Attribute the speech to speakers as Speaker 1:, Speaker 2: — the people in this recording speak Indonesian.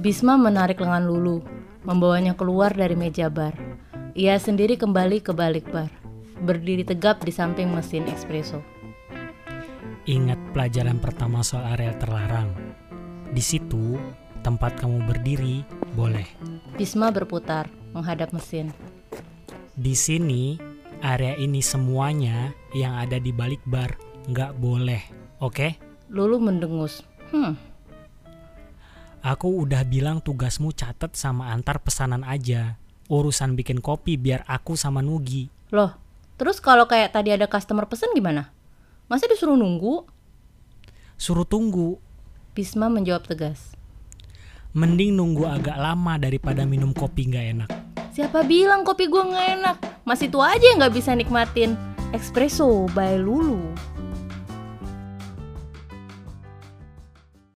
Speaker 1: Bisma menarik lengan Lulu, membawanya keluar dari meja bar. Ia sendiri kembali ke balik bar, berdiri tegap di samping mesin espresso.
Speaker 2: Ingat pelajaran pertama soal areal terlarang. Di situ, tempat kamu berdiri boleh.
Speaker 1: Bisma berputar, menghadap mesin.
Speaker 2: Di sini, area ini semuanya yang ada di balik bar nggak boleh, oke?
Speaker 1: Lulu mendengus. Hmm,
Speaker 2: Aku udah bilang tugasmu catat sama antar pesanan aja. Urusan bikin kopi biar aku sama Nugi.
Speaker 1: loh. Terus kalau kayak tadi ada customer pesen gimana? Masih disuruh nunggu?
Speaker 2: Suruh tunggu.
Speaker 1: Bisma menjawab tegas.
Speaker 2: Mending nunggu agak lama daripada minum kopi nggak enak.
Speaker 1: Siapa bilang kopi gua nggak enak? Masih tua aja yang nggak bisa nikmatin. Espresso by Lulu.